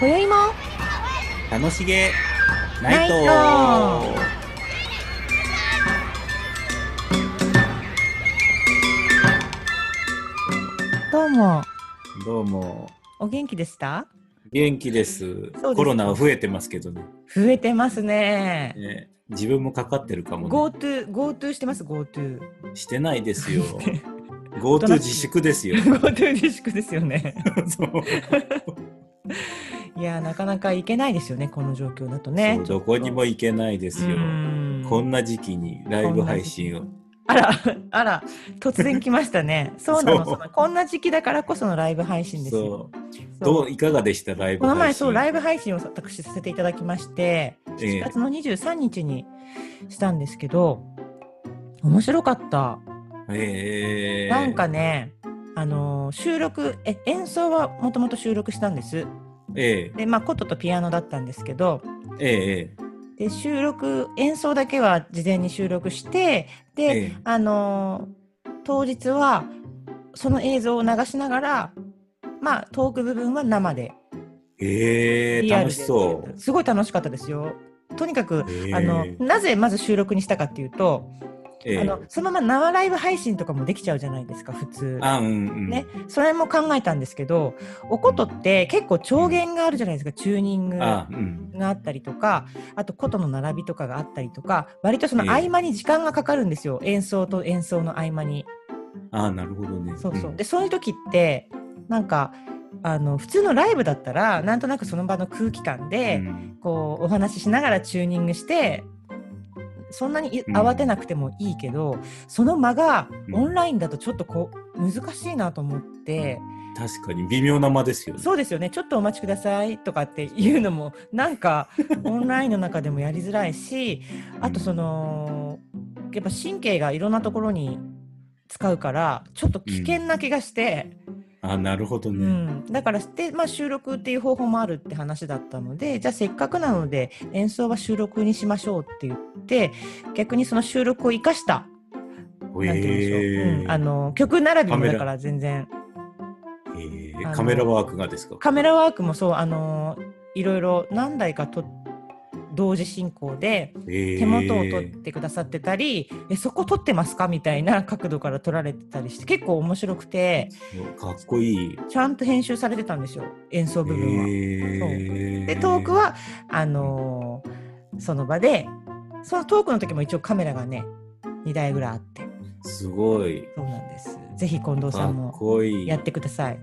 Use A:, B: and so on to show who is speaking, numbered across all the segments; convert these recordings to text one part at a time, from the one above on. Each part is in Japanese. A: 今宵も
B: 楽しげナイト
A: ナイどうも
B: どうも
A: お元気でした
B: 元気です
A: か
B: コロナは増えてますけどね
A: 増えてますね
B: ね自分もかかってるかも、ね、
A: GoTo GoTo してます GoTo
B: してないですよ
A: して
B: GoTo 自粛ですよ
A: GoTo 自粛ですよね
B: そう
A: いやなかなか行けないですよねこの状況だと
B: そ
A: ね
B: うどこにも行けないですよこん
A: な
B: な時期にライブ配信を
A: あらあら突然来ましたねそうなの
B: そう
A: そのこんな時期だからこそのライブ配信ですよ
B: そう
A: そう
B: どういかがでしたライブ
A: この前
B: 配信
A: そうライブ配信を私させていただきまして
B: ええ
A: 7月の23日にしたんですけど面白かった、
B: ええ
A: なんかねあのー収録え演奏はもともと収録したんです
B: ええ
A: でまあ琴とピアノだったんですけど
B: ええ
A: で収録演奏だけは事前に収録してで、
B: ええ
A: あのー当日はその映像を流しながらまあトーク部分は生で
B: ええ
A: リアル
B: 楽
A: で
B: しそう
A: すごい楽しかったですよ。とにかく、
B: ええ
A: あのなぜまず収録にしたかっていうと、
B: ええ
A: あのそのまま生ライブ配信とかもできちゃうじゃないですか普通。
B: あうんうん
A: ね、それも考えたんですけどおことって結構調弦があるじゃないですかチューニングが
B: あうん
A: あったりとかあと琴の並びとかがあったりとか割とその
B: ええ
A: 合間に時間がかかるんですよ、演奏と演奏の合間に。
B: あなるほどね
A: そうそう、
B: ん
A: でそういう時ってなんかあの普通のライブだったらなんとなくその場の空気感で、
B: うん
A: こうお話ししながらチューニングしてそんなにい
B: うん
A: 慌てなくてもいいけど、その間が
B: うん
A: オンラインだとちょっとこう難しいなと思って、
B: 確かに微妙な間ですよね。
A: そうですよねちょっとお待ちくださいとかっていうのもなん かオンラインの中でもやりづらいしあとそのやっぱ神経がいろんなところに使うからちょっと危険な気がして。
B: あなるほど
A: う
B: ね。
A: ん、だからで、まあ、収録っていう方法もあるって話だったのでじゃあせっかくなので演奏は収録にしましょうって言って逆にその収録を生かした、
B: え
A: なんて言うんでしょう、
B: え
A: うん、あの曲並びもだから全然
B: ええ
A: あの
B: カメラワークがですか。
A: カメラワークもそうあのいろいろ何台かと同時進行で
B: ええ
A: 手元を撮ってくださってたり、えそこ撮ってますかみたいな 角度から撮られてたりして結構面白くて
B: かっこいい。
A: ちゃんと編集されてたんですよ演奏部分は。
B: え
A: でトークはあのーその場でそのトークの時も一応カメラがね2台ぐらいあって
B: すごい
A: そうなんですぜひ近藤さ
B: か
A: ん
B: っ
A: も
B: こいい。
A: やってください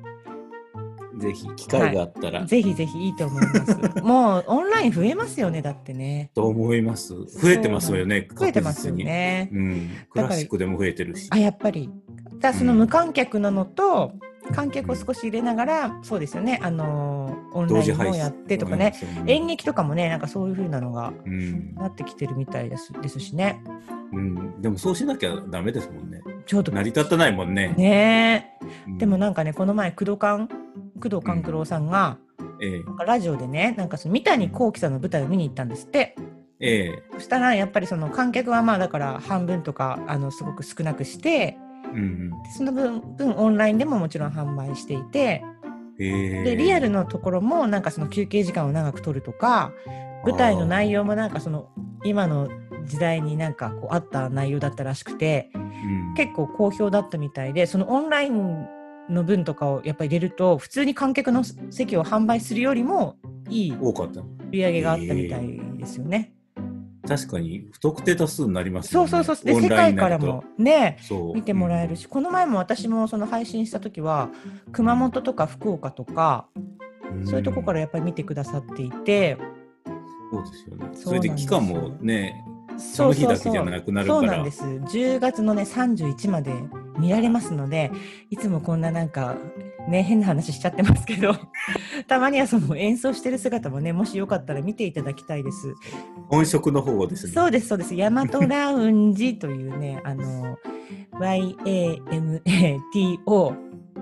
B: ぜひ機会があったら、
A: ぜひぜひいいと思いますもうオンライン増えますよねだってね
B: と思います。増えてますよね。
A: 増えてますよ
B: 確実に。
A: ね、
B: うん、ク
A: だから
B: ラシックでも増えてるし。
A: あやっぱりだからその無観客なのと、観客を少し入れながら、そうですよねあのーオンラインもやってとかね、
B: うん
A: 演劇とかもねなんかそういう風なのが
B: うん
A: なってきてるみたいですですしね
B: うん、でもそうしなきゃダメですもんね。
A: ちょうど
B: 成り立たないもんね。
A: ねえ
B: うん
A: でも、なんかねこの前工藤官工藤官九郎さんが、
B: ええ
A: なんかラジオでねなんかその三谷幸喜さんの舞台を見に行ったんですって
B: ええ
A: そしたらやっぱりその観客はまあだから半分とかあのすごく少なくして
B: うん
A: でその分分オンラインでももちろん販売していて
B: うん、ええ
A: でリアルのところもなんかその休憩時間を長く取るとか舞台の内容もなんかその今の時代になんかこうあった内容だったらしくて
B: うん
A: 結構好評だったみたいでそのオンラインの分とかをやっぱり入れると普通に観客の席を販売するよりもいい
B: 多かった
A: 売り上げがあったみたいですよね。
B: 確かに不特定多数になります
A: そ
B: よ
A: う
B: ね
A: そうそうで
B: オン
A: 世
B: ライ
A: 界
B: ンに
A: か
B: な
A: ら
B: ると
A: もね
B: そう
A: 見てもらえるし、この前も私もその配信した時は熊本とか福岡とか、
B: ん
A: そういうとこから
B: ん
A: やっぱり見てくださっていて、
B: そうですよね
A: そ
B: そう
A: な
B: れ
A: んです
B: で
A: よ
B: 期間もね
A: そ
B: そうの
A: そ
B: 日
A: う
B: だ
A: そ
B: け
A: う
B: じゃなくなる
A: そう
B: か
A: なん
B: ら
A: です10月のね31まで見られますのでいつもこんななんかね変な話しちゃってますけ どたまにはその演奏してる姿もねもしよかったら見ていただきたいです
B: 本職の方をですね
A: そうですそうですヤマトラウンジというねあの YAMATO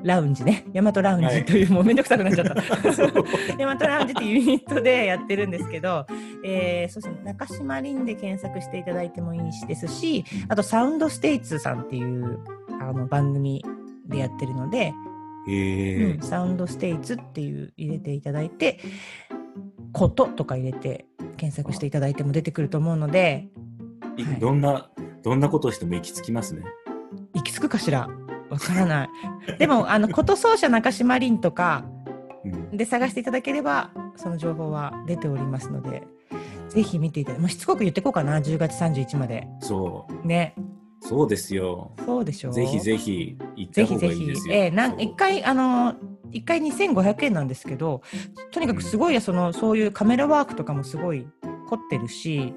A: ラウンジねヤマトラウン
B: は
A: ジ
B: い
A: という、もうめんどくさくなっちゃった
B: そう
A: ヤマトラウンジっていうユニットでやってるんですけど、えー、そうですね中島凛で検索していただいてもいいしですしあとサウンドステイツさんっていうあの番組でやってるので、
B: へえ
A: うんサウンドステイツっていう入れていただいてこととか入れて検索していただいても出てくると思うので
B: い
A: はい
B: どんな、どんなことをしても行き着きますね。
A: 行き着くかしらわからないでもあのこと奏者中島凛とか
B: うん
A: で探していただければその情報は出ておりますのでぜひ見ていただいてもうしつこく言ってこうかな10月31まで
B: そ
A: ね
B: う、そうですよ。
A: そうでしょう
B: ぜひぜひ行った
A: ぜ
B: 方
A: ひ
B: が
A: ぜ
B: いい
A: ひ
B: ですよ。
A: ええな
B: そ
A: ん
B: う
A: 一回あの一回2500円なんですけどとにかくすごいそのそういうカメラワークとかもすごい凝ってるし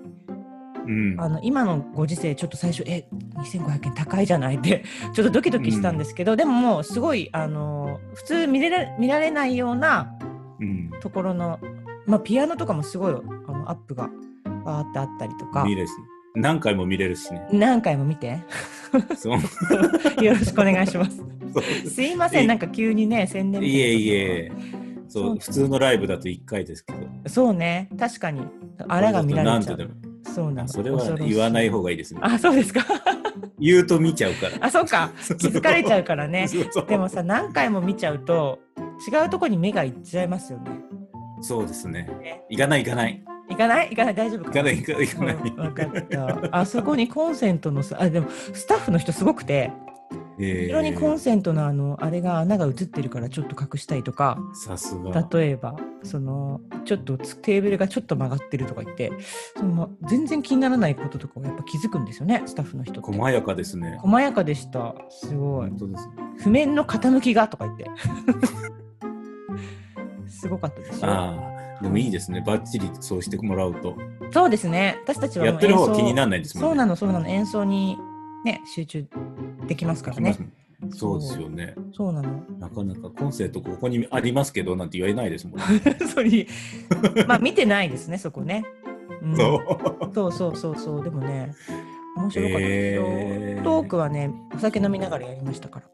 B: うん、
A: あの今のご時世ちょっと最初え2500円高いじゃないってちょっとドキドキしたんですけど、でももうすごいあの普通見れら見られないような
B: うん、
A: ところの、まあ、ピアノとかもすごいあのアップがバーってあったりとか
B: 見れるし、何回も見れるしね。
A: 何回も見 て
B: そう、そ
A: よろしくお願いします。
B: うです
A: すいません
B: え
A: なんか急にね宣伝みた
B: いえい
A: なこと
B: え。そう、普通のライブだと一回ですけど。
A: そうね、確かに。あらが見られちゃ
B: 何度で
A: う。
B: も。
A: そうなの。
B: それは言わない方がいいですね。
A: あ、そうですか。
B: 言うと見ちゃうから。
A: あ、そうか。気づかれちゃうからね。
B: そうそう
A: でもさ、何回も見ちゃうと、違うとこに目がいっちゃいますよね。
B: そうですね
A: ね。
B: 行かない行かない。
A: 行かない行かない大丈夫か
B: 行かない行かない行かない
A: うんわかった。あそこにコンセントのさ、あ、でもスタッフの人すごくて、
B: え
A: 後ろにコン
B: ー、
A: セントのあの、あれが穴が映ってるからちょっと隠したいとか、
B: さすが。
A: 例えば、その、ちょっとつテーブルがちょっと曲がってるとか言って、その全然気にならないこととかをやっぱ気づくんですよね、スタッフの人って。
B: 細やかですね。
A: 細やかでした。すごい
B: 本。当ですね。
A: 譜面の傾きがとか言っ て。すごかったですよ。
B: ああ、でもいいですね。バッチリそうしてもらうと。
A: そうですね。私たちは
B: や
A: もう
B: って
A: 演
B: る方は
A: 奏
B: 気にならないです
A: そ
B: も
A: うんな
B: ね。
A: の、そうなの。演奏にね、集中できますから
B: で
A: ね
B: き。ますもんそうですよね。
A: そうなの。
B: なかなかコンセントここにありますけどなんて言えないですもんね。
A: それまあ見てないですね、そこね。うん
B: そう。
A: そうそうそうそう。でもね、面白かったですよ。
B: えー
A: トークはね、お酒飲みながらやりましたから。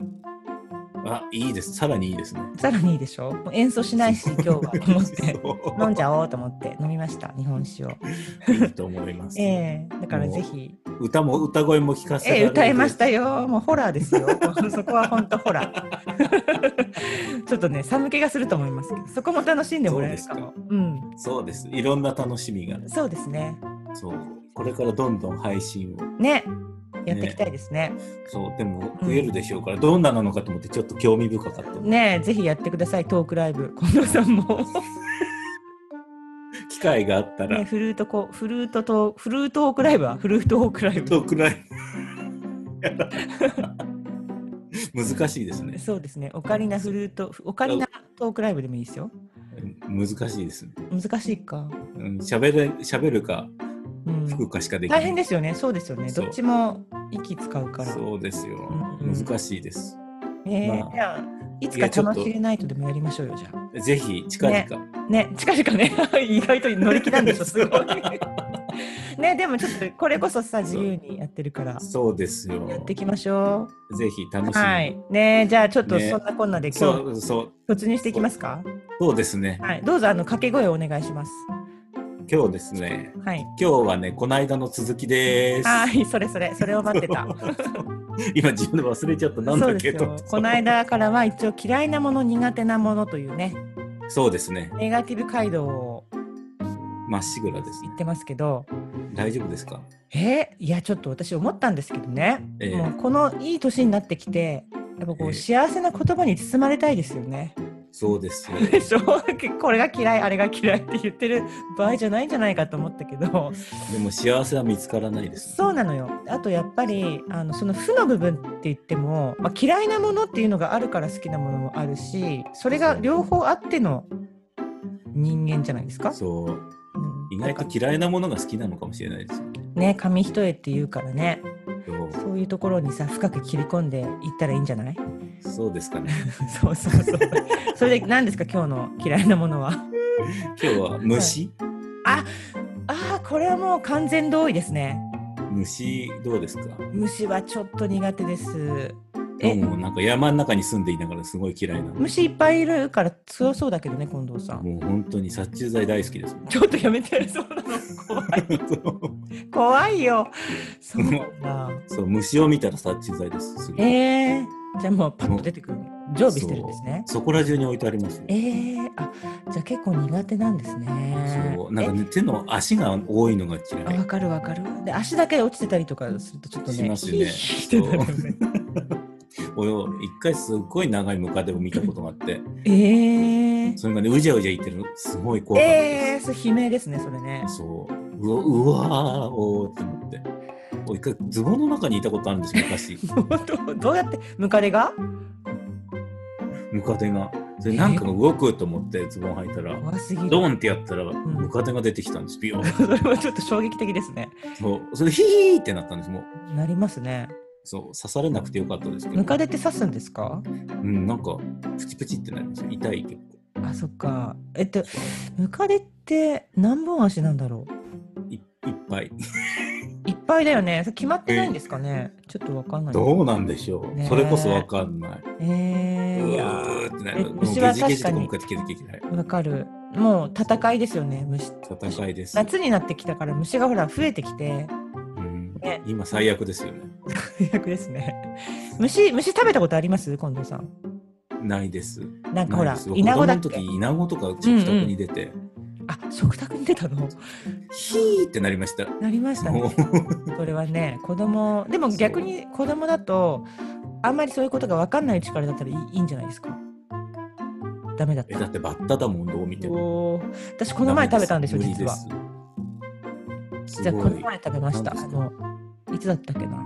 B: あ、いいです。さらにいいですね。
A: さらにいいでしょもう演奏しないし、今日は。と思って。
B: そう
A: 飲んじゃおうと思って飲みました、日本酒を。
B: いいと思います。
A: ええだからぜひ、
B: 歌も歌声も聞かせら
A: ええ
B: れる
A: 歌いましたよ。もうホラーですよ。 そこは本当ホラー。 ちょっとね、寒気がすると思いますけど、そこも楽しんでもらえるかも。うん、
B: そうです。いろんな楽しみが。
A: そうですね。
B: そう。これからどんどん配信を。
A: ね、やっていきたいですね。
B: そう。でも増えるでしょうから、どんななのかと思ってちょっと興味深かった。
A: ねぜひやってください、トークライブ。近藤さんも。
B: 機会があったら、
A: ね、フルートこ、フルートと、フルートークライブはフルートークライブ。
B: トーク ライブ。難しいですね。
A: そうですね、オカリナフルート、オカリナトークライブでもいいですよ。
B: 難しいですね。
A: 難しいか。
B: うん喋れ喋るか
A: うん
B: 吹くかしかできない。
A: 大変ですよね、そうですよね。
B: そう
A: どっちも息使うから。
B: そうですよ
A: う。んうん
B: 難しいです。
A: えー
B: まあ
A: じゃあいつ
B: い
A: か
B: やちょっと
A: 楽しげないとでもやりましょうよじゃあ
B: ぜひ近々、
A: ね近々ね 意外と乗り気なんでしょすごいねでもちょっとこれこそさ自由にやってるから
B: そうですよ。
A: やっていきましょ
B: ぜひ楽
A: う
B: しみに。
A: はいねじゃあちょっと
B: ね
A: そんなこんなで
B: そ
A: 今日
B: うそう
A: 突入していきますか
B: そうですね。
A: はいどうぞあの掛け声をお願いします
B: 今日ですね。
A: はい
B: 今日はねこの間の続きです。
A: はいそれそれそれを待 ってた
B: 今自分で忘れちゃったなん
A: そ
B: だ
A: う
B: っ
A: です
B: け
A: よ
B: ど。
A: この間からは一応嫌いなもの苦手なものというね
B: そうですね。
A: ネガティブ街道を
B: まっしぐらですね
A: 言っ。てますけど
B: 大丈夫ですか。
A: えーいやちょっと私思ったんですけどね、
B: ええ
A: もうこのいい年になってきてやっぱこう、
B: ええ
A: 幸せな言葉に包まれたいですよね。
B: そうですよ。
A: でしょ これが嫌いあれが嫌いって言ってる場合じゃないんじゃないかと思ったけど
B: でも幸せは見つからないです。
A: そうなのよあとやっぱりあのその負の部分って言っても、まあ、嫌いなものっていうのがあるから好きなものもあるしそれが両方あっての人間じゃないですか。
B: そう。
A: うん
B: 意外と
A: だか
B: 嫌いなものが好きなのかもしれないですよね。
A: らね紙一重って言うからね
B: そう
A: そういうところにさ深く切り込んでいったらいいんじゃない
B: そうですかね。
A: そうそうそう。 それで何ですか今日の嫌いなものは。
B: 今日は虫、
A: ああこれはもう完全同意ですね。
B: 虫どうですか。
A: 虫はちょっと苦手です。え、
B: もうなんか山の中に住んでいながらすごい嫌いな。も
A: 虫いっぱいいるから強そうだけどね近藤さん。
B: う本当に殺虫剤大好きです。
A: ちょっとやめてそうなの怖い 怖いよ。そうなんだ。
B: そう虫を見たら殺虫剤です。す ぐ
A: えー、じゃあもうパッと出てくる。常備してるんですね。
B: そこら中に置いてありますよ。
A: えー、あじゃあ結構苦手なんですね。
B: そうなんかね手の足が多いのが嫌
A: あ
B: い
A: わかるわかる。で足だけ落ちてたりとかするとちょっとね。
B: しますよね
A: ヒーってなるよね
B: 俺を一回すっごい長いムカデを見たことがあって
A: ええ
B: それがねうじゃうじゃ言ってるのすごい怖かった
A: え
B: で
A: えそれ悲鳴ですねそれね。
B: す、そううわうわーおーって思って俺一回ズボンの中にいたことあるんですよ 昔
A: どうどうやってムカデが
B: ムカデがそれなんかが動くと思ってズボン履いたら
A: 怖すぎる。
B: ドンってやったらムカデが出てきたんですビヨーン
A: それはちょっと衝撃的ですね。
B: そうそれでヒーってなったんですもう
A: なりますね。
B: そう刺されなくてよかったですけど
A: ムカデって刺すんですか
B: うん、なんかプチプチってなりますよ痛い結構
A: あそっか。えっとムカデって何本足なんだろう
B: いいっぱい
A: いっぱいだよね。それ決まってないんですかね。ちょっとわかんない。
B: どうなんでしょう、
A: ねえ
B: それこそわかんない
A: え
B: う
A: え
B: ーってな
A: え
B: るもう
A: 虫
B: ゲ
A: は
B: ジゲ
A: 確
B: ジと
A: か
B: か
A: に
B: 向かってきてきない
A: わかる。もう戦いですよね、虫。
B: 戦いです、
A: 夏になってきたから虫がほら増えてきて、
B: うん
A: ね
B: 今最悪ですよね
A: 最悪ですね。虫、虫食べたことあります近藤さん。
B: ないです
A: なんかほ
B: ない
A: ら
B: です、僕
A: イナゴだっ
B: 子供の
A: け
B: 時イナゴとか食卓に出て、
A: あ、食卓に出たの
B: ヒーってなりました
A: なりました
B: も
A: ね。
B: う
A: それはね、子供、でも逆に子供だと、あんまりそういうことが分かんないうちからだったらいいいいんじゃないですか。ダメだっ。
B: えだったてバッタだもんどう見ても
A: おー私この前食べたんですよ、
B: 無理
A: 実は。
B: す
A: じゃあ
B: ごい
A: この前食べました。あ
B: 何です
A: のいつだったっけな。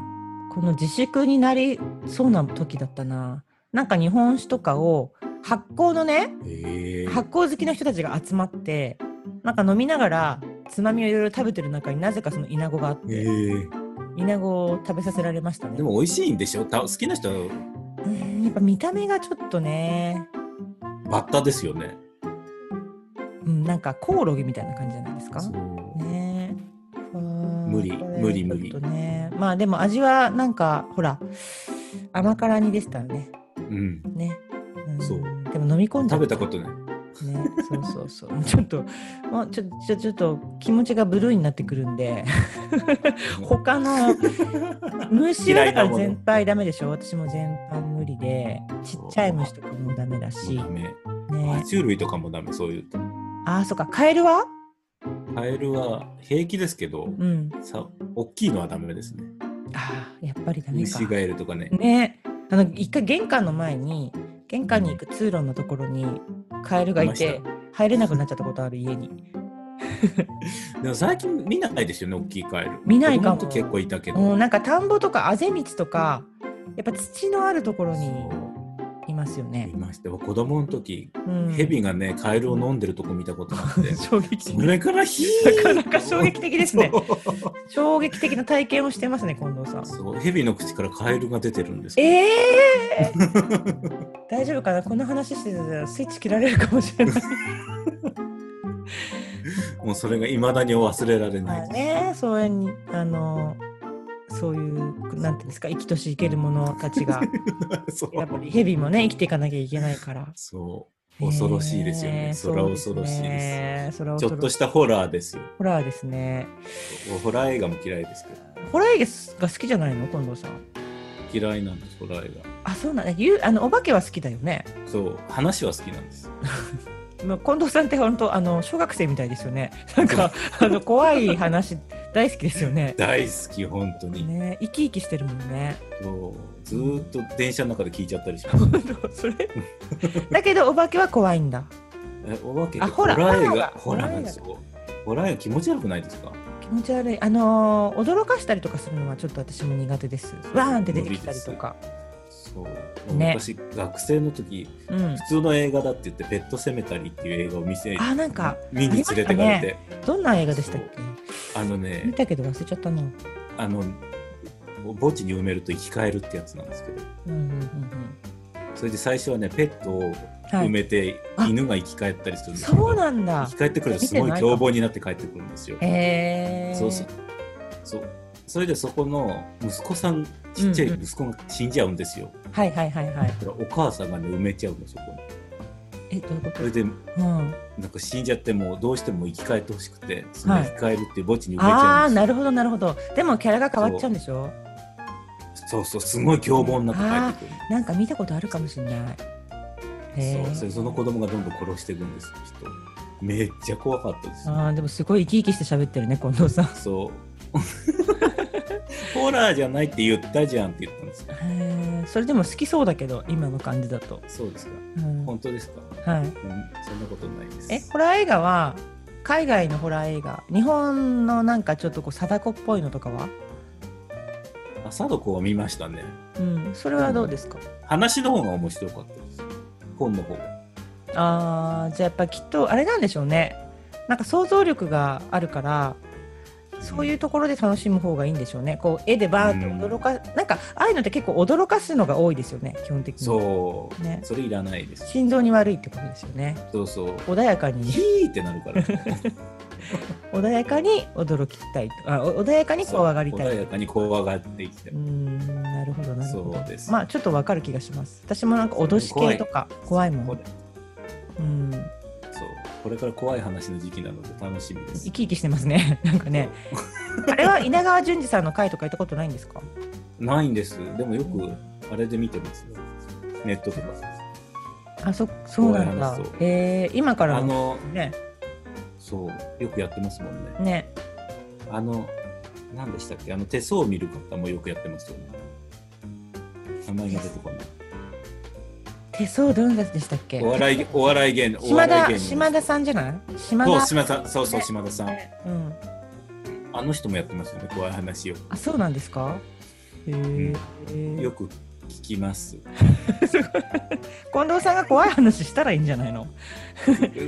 A: この自粛になりそうな時だったな。なんか日本酒とかを発酵のね、
B: へえ
A: 発酵好きの人たちが集まって、なんか飲みながらつまみをいろいろ食べてる中になぜかそのイナゴがあって、
B: へえ
A: イナゴを食べさせられましたね。
B: でも美味しいんでしょた好きな人は
A: うんやっぱ見た目がちょっとね、
B: バッタですよね
A: うん、なんかコオロギみたいな感じじゃないですか。
B: そう
A: ねえ。
B: 無理
A: これ
B: 無理無理
A: ちょっとね、まあでも味はなんかほら甘辛煮でしたよね。
B: うん
A: ね。ん
B: そう
A: でも飲み込んじゃ
B: 食
A: った
B: べたことない
A: ね。そう そうそう。ちょっともうちょちょちょっと気持ちがブルーになってくるんで他 の虫はだから全体ダメでしょ。私も全般無理でちっちゃい虫とかもダメだし
B: ダ。メ爬
A: ね。
B: 虫類とかもダメそういうと
A: ああそっかカエルは？
B: カエルは平気ですけど、
A: うん。
B: さ大きいのはダメですね
A: ああやっぱりダメか。
B: 虫ガエルとかね
A: ねあの一回玄関の前に玄関に行く通路のところにカエルがい
B: い
A: て
B: ま
A: 入れなくなっちゃったことある家に
B: でも最近見ないですよね大きいカエル
A: 見ないかも
B: 子供の時結構いたけど、
A: もうなんか田んぼとかあぜ道とかやっぱ土のあるところにい
B: そ
A: ますよ
B: うい
A: ね、
B: ましたよ子供の時、
A: うん、
B: ヘビがねカエルを飲んでるとこ見たことがあっ て
A: 衝撃
B: それからヒー
A: なかなか衝撃的ですね
B: そう
A: 衝撃的な体験をしてますね近藤さ ん
B: そうヘビの口からカエルが出てるんですけど
A: ええー、 大丈夫かなこの話してたらスイッチ切られるかもしれない
B: もうそれがいまだに忘れられない
A: まあ
B: です、
A: ね、そういうにあのそういうなんていうんですか生きとし生ける者たちが
B: そう
A: やっぱりヘビもね生きていかなきゃいけないから
B: そう恐ろしいですよ
A: へ
B: ね
A: え
B: それは恐ろし
A: そうです
B: いです
A: ねそれは
B: ちょっとしたホラーですよ
A: ホラーですね
B: ホラー映画も嫌いですけど
A: ホラー映画が好きじゃないの近藤さん
B: 嫌いなんですホラー映画
A: あそうなんだ、ゆうあのお化けは好きだよね、
B: そう話は好きなんです
A: まあ、近藤さんって本当あの小学生みたいですよねなんかあの怖い話大好きですよ ね
B: 大好き本当に、
A: ね生き生きしてるもんね
B: そうずーっと電車の中で聞いちゃったりします
A: 本当それだけどお化けは怖いんだ
B: えお化けって
A: あ
B: ホ
A: ホラ
B: ラ
A: ー
B: ー映画ホ
A: ホ
B: ラ
A: ラーだ
B: ーなんですよホラー映画気持ち悪くないですか
A: 気持ち悪いあのー驚かしたりとかするのはちょっと私も苦手ですわーんって出てきたりとか、
B: そう、
A: ね
B: 昔学生の時
A: うん
B: 普、通の映画だって言って「ペットセメタリー」っていう映画を見せ
A: あーなんか
B: 見に連れてかれ
A: ありました
B: て
A: どんな映画でしたっけ
B: あ,、の
A: 見
B: ね
A: たけど忘れちゃったなうん
B: あの墓地に埋めると生き返るってやつなんですけど
A: うんうん
B: それで最初はねペットを
A: うんは
B: 埋
A: い
B: めて
A: あ
B: 犬が生き返ったりするんですけど、
A: そうなんだ
B: 生き返ってくるとすごい凶暴になって帰ってくるんですよ。
A: へえ
B: そうそうそうそれでそこの息子さんちっちゃい息子が死んじゃうんですよ。
A: はいはいはいはい
B: だからお母さんがね埋めちゃうのそこに。
A: えどういうこ
B: それで
A: と、うん、
B: なんか死んじゃってもうどうしても生き返ってほしくてその
A: はい
B: 生き返るっていう墓地に埋めち
A: あ
B: ゃ
A: あ
B: うんですよ。
A: なるほどなるほどでもキャラが変わっちゃうんでしょ
B: そうそうすごい凶暴になって帰ってくる。
A: なんか見たことあるかもしれないへ
B: そうそれ
A: ー
B: その子供がどんどん殺していくんですよ人をめっちゃ怖かったです
A: あーでもすごい生き生きして喋ってるね近藤さん。
B: そう ホラーじゃないって言ったじゃんって言ったんですよ
A: へーそれでも好きそうだけど今の感じだと。
B: そうですか
A: うん
B: 本当ですか、
A: はい、
B: うん、そんなことないです
A: えホラー映画は海外のホラー映画日本のなんかちょっとこう貞子っぽいのとかは、
B: あ貞子は見ましたね
A: うん、それはどうですか、
B: 話の方が面白かったです本の方が
A: あーじゃあやっぱきっとあれなんでしょうねなんか想像力があるからそういうところで楽しむ方がいいんでしょうねこう絵でバーッと驚か、なんかああいうのって結構驚かすのが多いですよね基本的に
B: そう、
A: ね
B: それいらないです
A: 心臓に悪いってことですよね
B: そうそう
A: 穏やかに
B: ヒーってなる から
A: 穏やかに驚きたいとあお穏やかに怖がりた
B: そう
A: い
B: 穏やかに怖がってきて
A: うーんなるほどなるほど
B: そうです
A: まあちょっとわかる気がします私もなんか脅し系とか怖いも
B: こ
A: ん
B: れ
A: うん
B: そうこれから怖い話の時期なので楽しみで
A: 生
B: す
A: き生きしてますね なんかねあれは稲川淳二さんの回とか行ったことないんですか
B: ないんですでもよくあれで見てますよネットとか
A: あそそうなんだ
B: 怖い話そう
A: えー、今から
B: あの
A: ね
B: そうよくやってますもんね
A: ね
B: あの何でしたっけあの手相を見る方もよくやってますよね名前が出てこない
A: 手相どんなやつでしたっけ
B: お笑いお笑い芸人お
A: 島
B: 笑い芸
A: 田
B: 人
A: 島田さんじゃない島
B: そう
A: 田
B: 島田さんそうそう
A: ね
B: 島田さん
A: うん
B: あの人もやってますよね怖い話を
A: あそうなんですかへえ
B: よく聞きます
A: 近藤さんが怖い話したらいいんじゃないの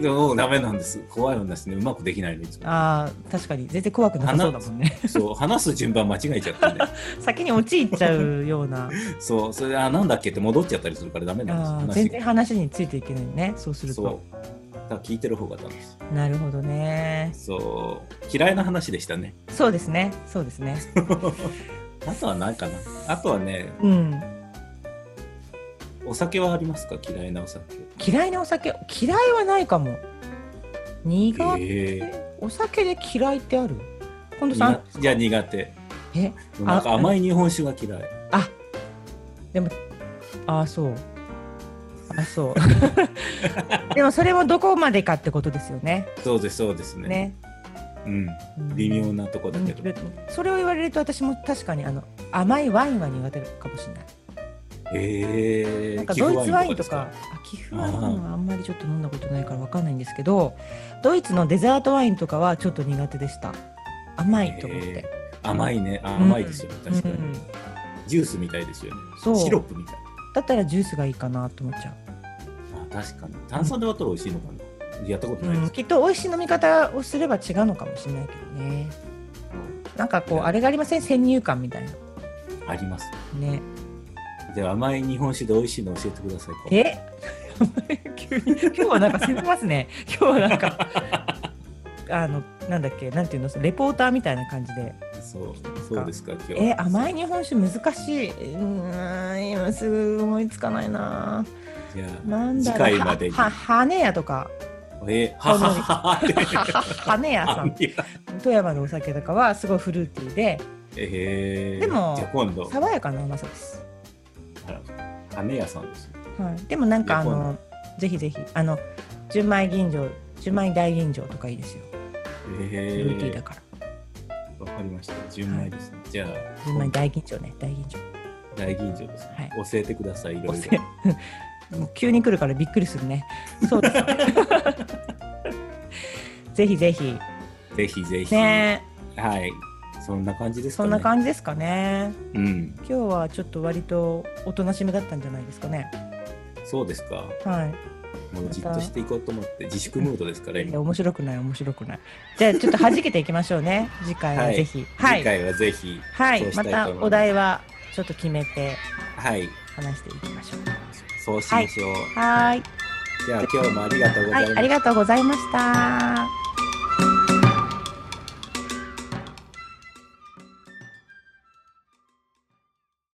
B: でもダメなんです怖い話ねうまくできないのいつも
A: あー確かに全然怖くなさそうだもんね
B: そう話す順番間違えちゃったんで
A: 先に陥っちゃうような
B: そう、それで、あ、なんだっけって戻っちゃったりするからダメ
A: あ
B: なん
A: ー
B: です
A: 全
B: よ。
A: 然話についていけないねそうする
B: そ
A: と
B: う。だから聞いてる方が楽しい。
A: なるほどね
B: そう。嫌いな話でしたね。
A: そうですねそうですね
B: あとは何かな。あとはね、
A: うん
B: お酒はありますか嫌いなお酒。
A: 嫌いなお酒嫌いはないかも苦手、
B: え
A: お酒で嫌いってある近藤さん
B: 苦手いや、苦手。
A: え
B: なんか甘い日本酒が嫌い。
A: あでもああそうあそう でもそれもどこまでかってことですよね
B: そうです、そうですね。
A: ね
B: うん。
A: うん
B: 微妙なとこだけど。
A: それを言われると私も確かにあの甘いワインは苦手かもしれない。
B: ええ
A: なん
B: ー。
A: か
B: 寄
A: ドイ
B: 付
A: ツワインとか
B: です、
A: あ寄付ワインはあんまりちょっと飲んだことないからわかんないんですけど、ドイツのデザートワインとかはちょっと苦手でした。甘いと思って。
B: か甘いね。あ甘いですよね。確かに、
A: うんうん
B: ジュースみたいですよね。
A: そう。
B: シロップみたい。
A: だったらジュースがいいかなと思っちゃ
B: あ確かに。炭酸で割ったら美味しいのかな。やったこと
A: う。
B: ないです
A: うんきっと美味しい飲み方をすれば違うのかもしれないけどね。なんかこうあれがありません先入観みたいな
B: あります。
A: ね。
B: では甘い日本酒で美味しいの教えてください。
A: え 急に今日はなんか攻めますね今日はなん かあのなんだっけなんていうのそのレポーターみたいな感じで
B: そう、そうですか、今日。
A: え甘い日本酒難しいうーん今すぐ思いつかないな
B: じゃあ、
A: なんだ
B: 次
A: ろう
B: 回までに。
A: はは羽屋と か
B: えははははって
A: 羽屋さ ん富山のお酒とかはすごいフルーティーで
B: えー、
A: でも
B: じゃあ今度、
A: 爽やかな甘さです、
B: あら羽屋さんです。
A: はい、でもなんかあ
B: いやこ
A: のぜひぜひあの純米吟醸純米大吟醸とかいいですよフ
B: え
A: ルーティーだ
B: ー、
A: から
B: わかりました。純米ですね。じゃあ、
A: 純米大吟醸ね大吟醸
B: 大吟醸ですね。
A: はい
B: 教えてください、いろい
A: せ もう急に来るからびっくりするね。そうです ね。ぜひぜひ。
B: ろ。ぜひぜひ。
A: ね
B: はい。そんな感じですか
A: そ
B: ね。
A: んな感じですかね。
B: じ。うん。
A: 今日はちょっと割とおとなしめだったんじゃないですかね。
B: そうですか。
A: はい。
B: もうじっとしていこうと思って、自粛ムードですから、
A: いや
B: 今。
A: 面白くない面白くない。じゃあちょっと弾けていきましょう ね。次回は
B: はい
A: ぜひ。は
B: 次
A: い。
B: 回はぜひ、
A: は
B: そう
A: い。
B: した
A: ま
B: いと
A: た
B: 思います
A: お題はちょっと決めて
B: はい。
A: 話していきましょう。
B: そうしましょう。
A: はーい。
B: じゃあ今日もありがとうございま
A: は
B: し
A: い。
B: た
A: あり。がとうございました。